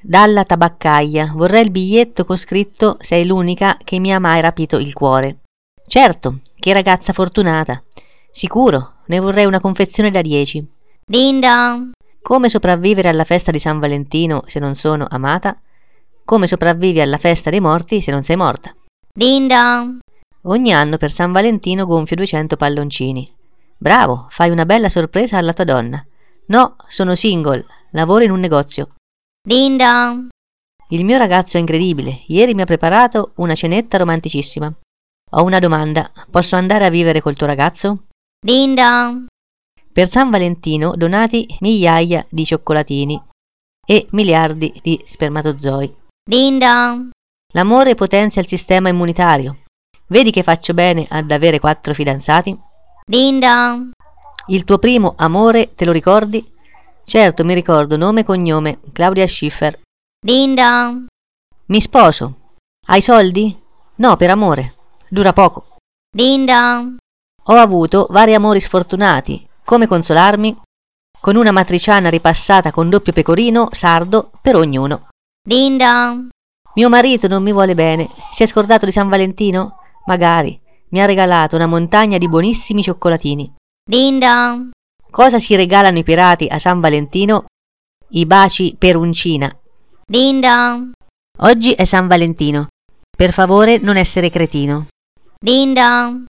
dalla tabaccaia vorrei il biglietto con scritto sei l'unica che mi ha mai rapito il cuore certo che ragazza fortunata sicuro ne vorrei una confezione da dieci Ding dong. come sopravvivere alla festa di San Valentino se non sono amata come sopravvivi alla festa dei morti se non sei morta Ding dong. ogni anno per San Valentino gonfio 200 palloncini bravo fai una bella sorpresa alla tua donna no sono single lavoro in un negozio Ding dong. Il mio ragazzo è incredibile. Ieri mi ha preparato una cenetta romanticissima. Ho una domanda. Posso andare a vivere col tuo ragazzo? Ding dong. Per San Valentino donati migliaia di cioccolatini e miliardi di spermatozoi. Ding dong. L'amore potenzia il sistema immunitario. Vedi che faccio bene ad avere quattro fidanzati? Ding dong. Il tuo primo amore te lo ricordi? Certo, mi ricordo nome e cognome, Claudia Schiffer. Ding dong. Mi sposo. Hai soldi? No, per amore. Dura poco. Ding dong. Ho avuto vari amori sfortunati. Come consolarmi? Con una matriciana ripassata con doppio pecorino sardo per ognuno. Ding dong. Mio marito non mi vuole bene. Si è scordato di San Valentino? Magari. Mi ha regalato una montagna di buonissimi cioccolatini. Ding dong. Cosa si regalano i pirati a San Valentino? I baci per uncina. Ding dong. Oggi è San Valentino. Per favore non essere cretino. Ding dong.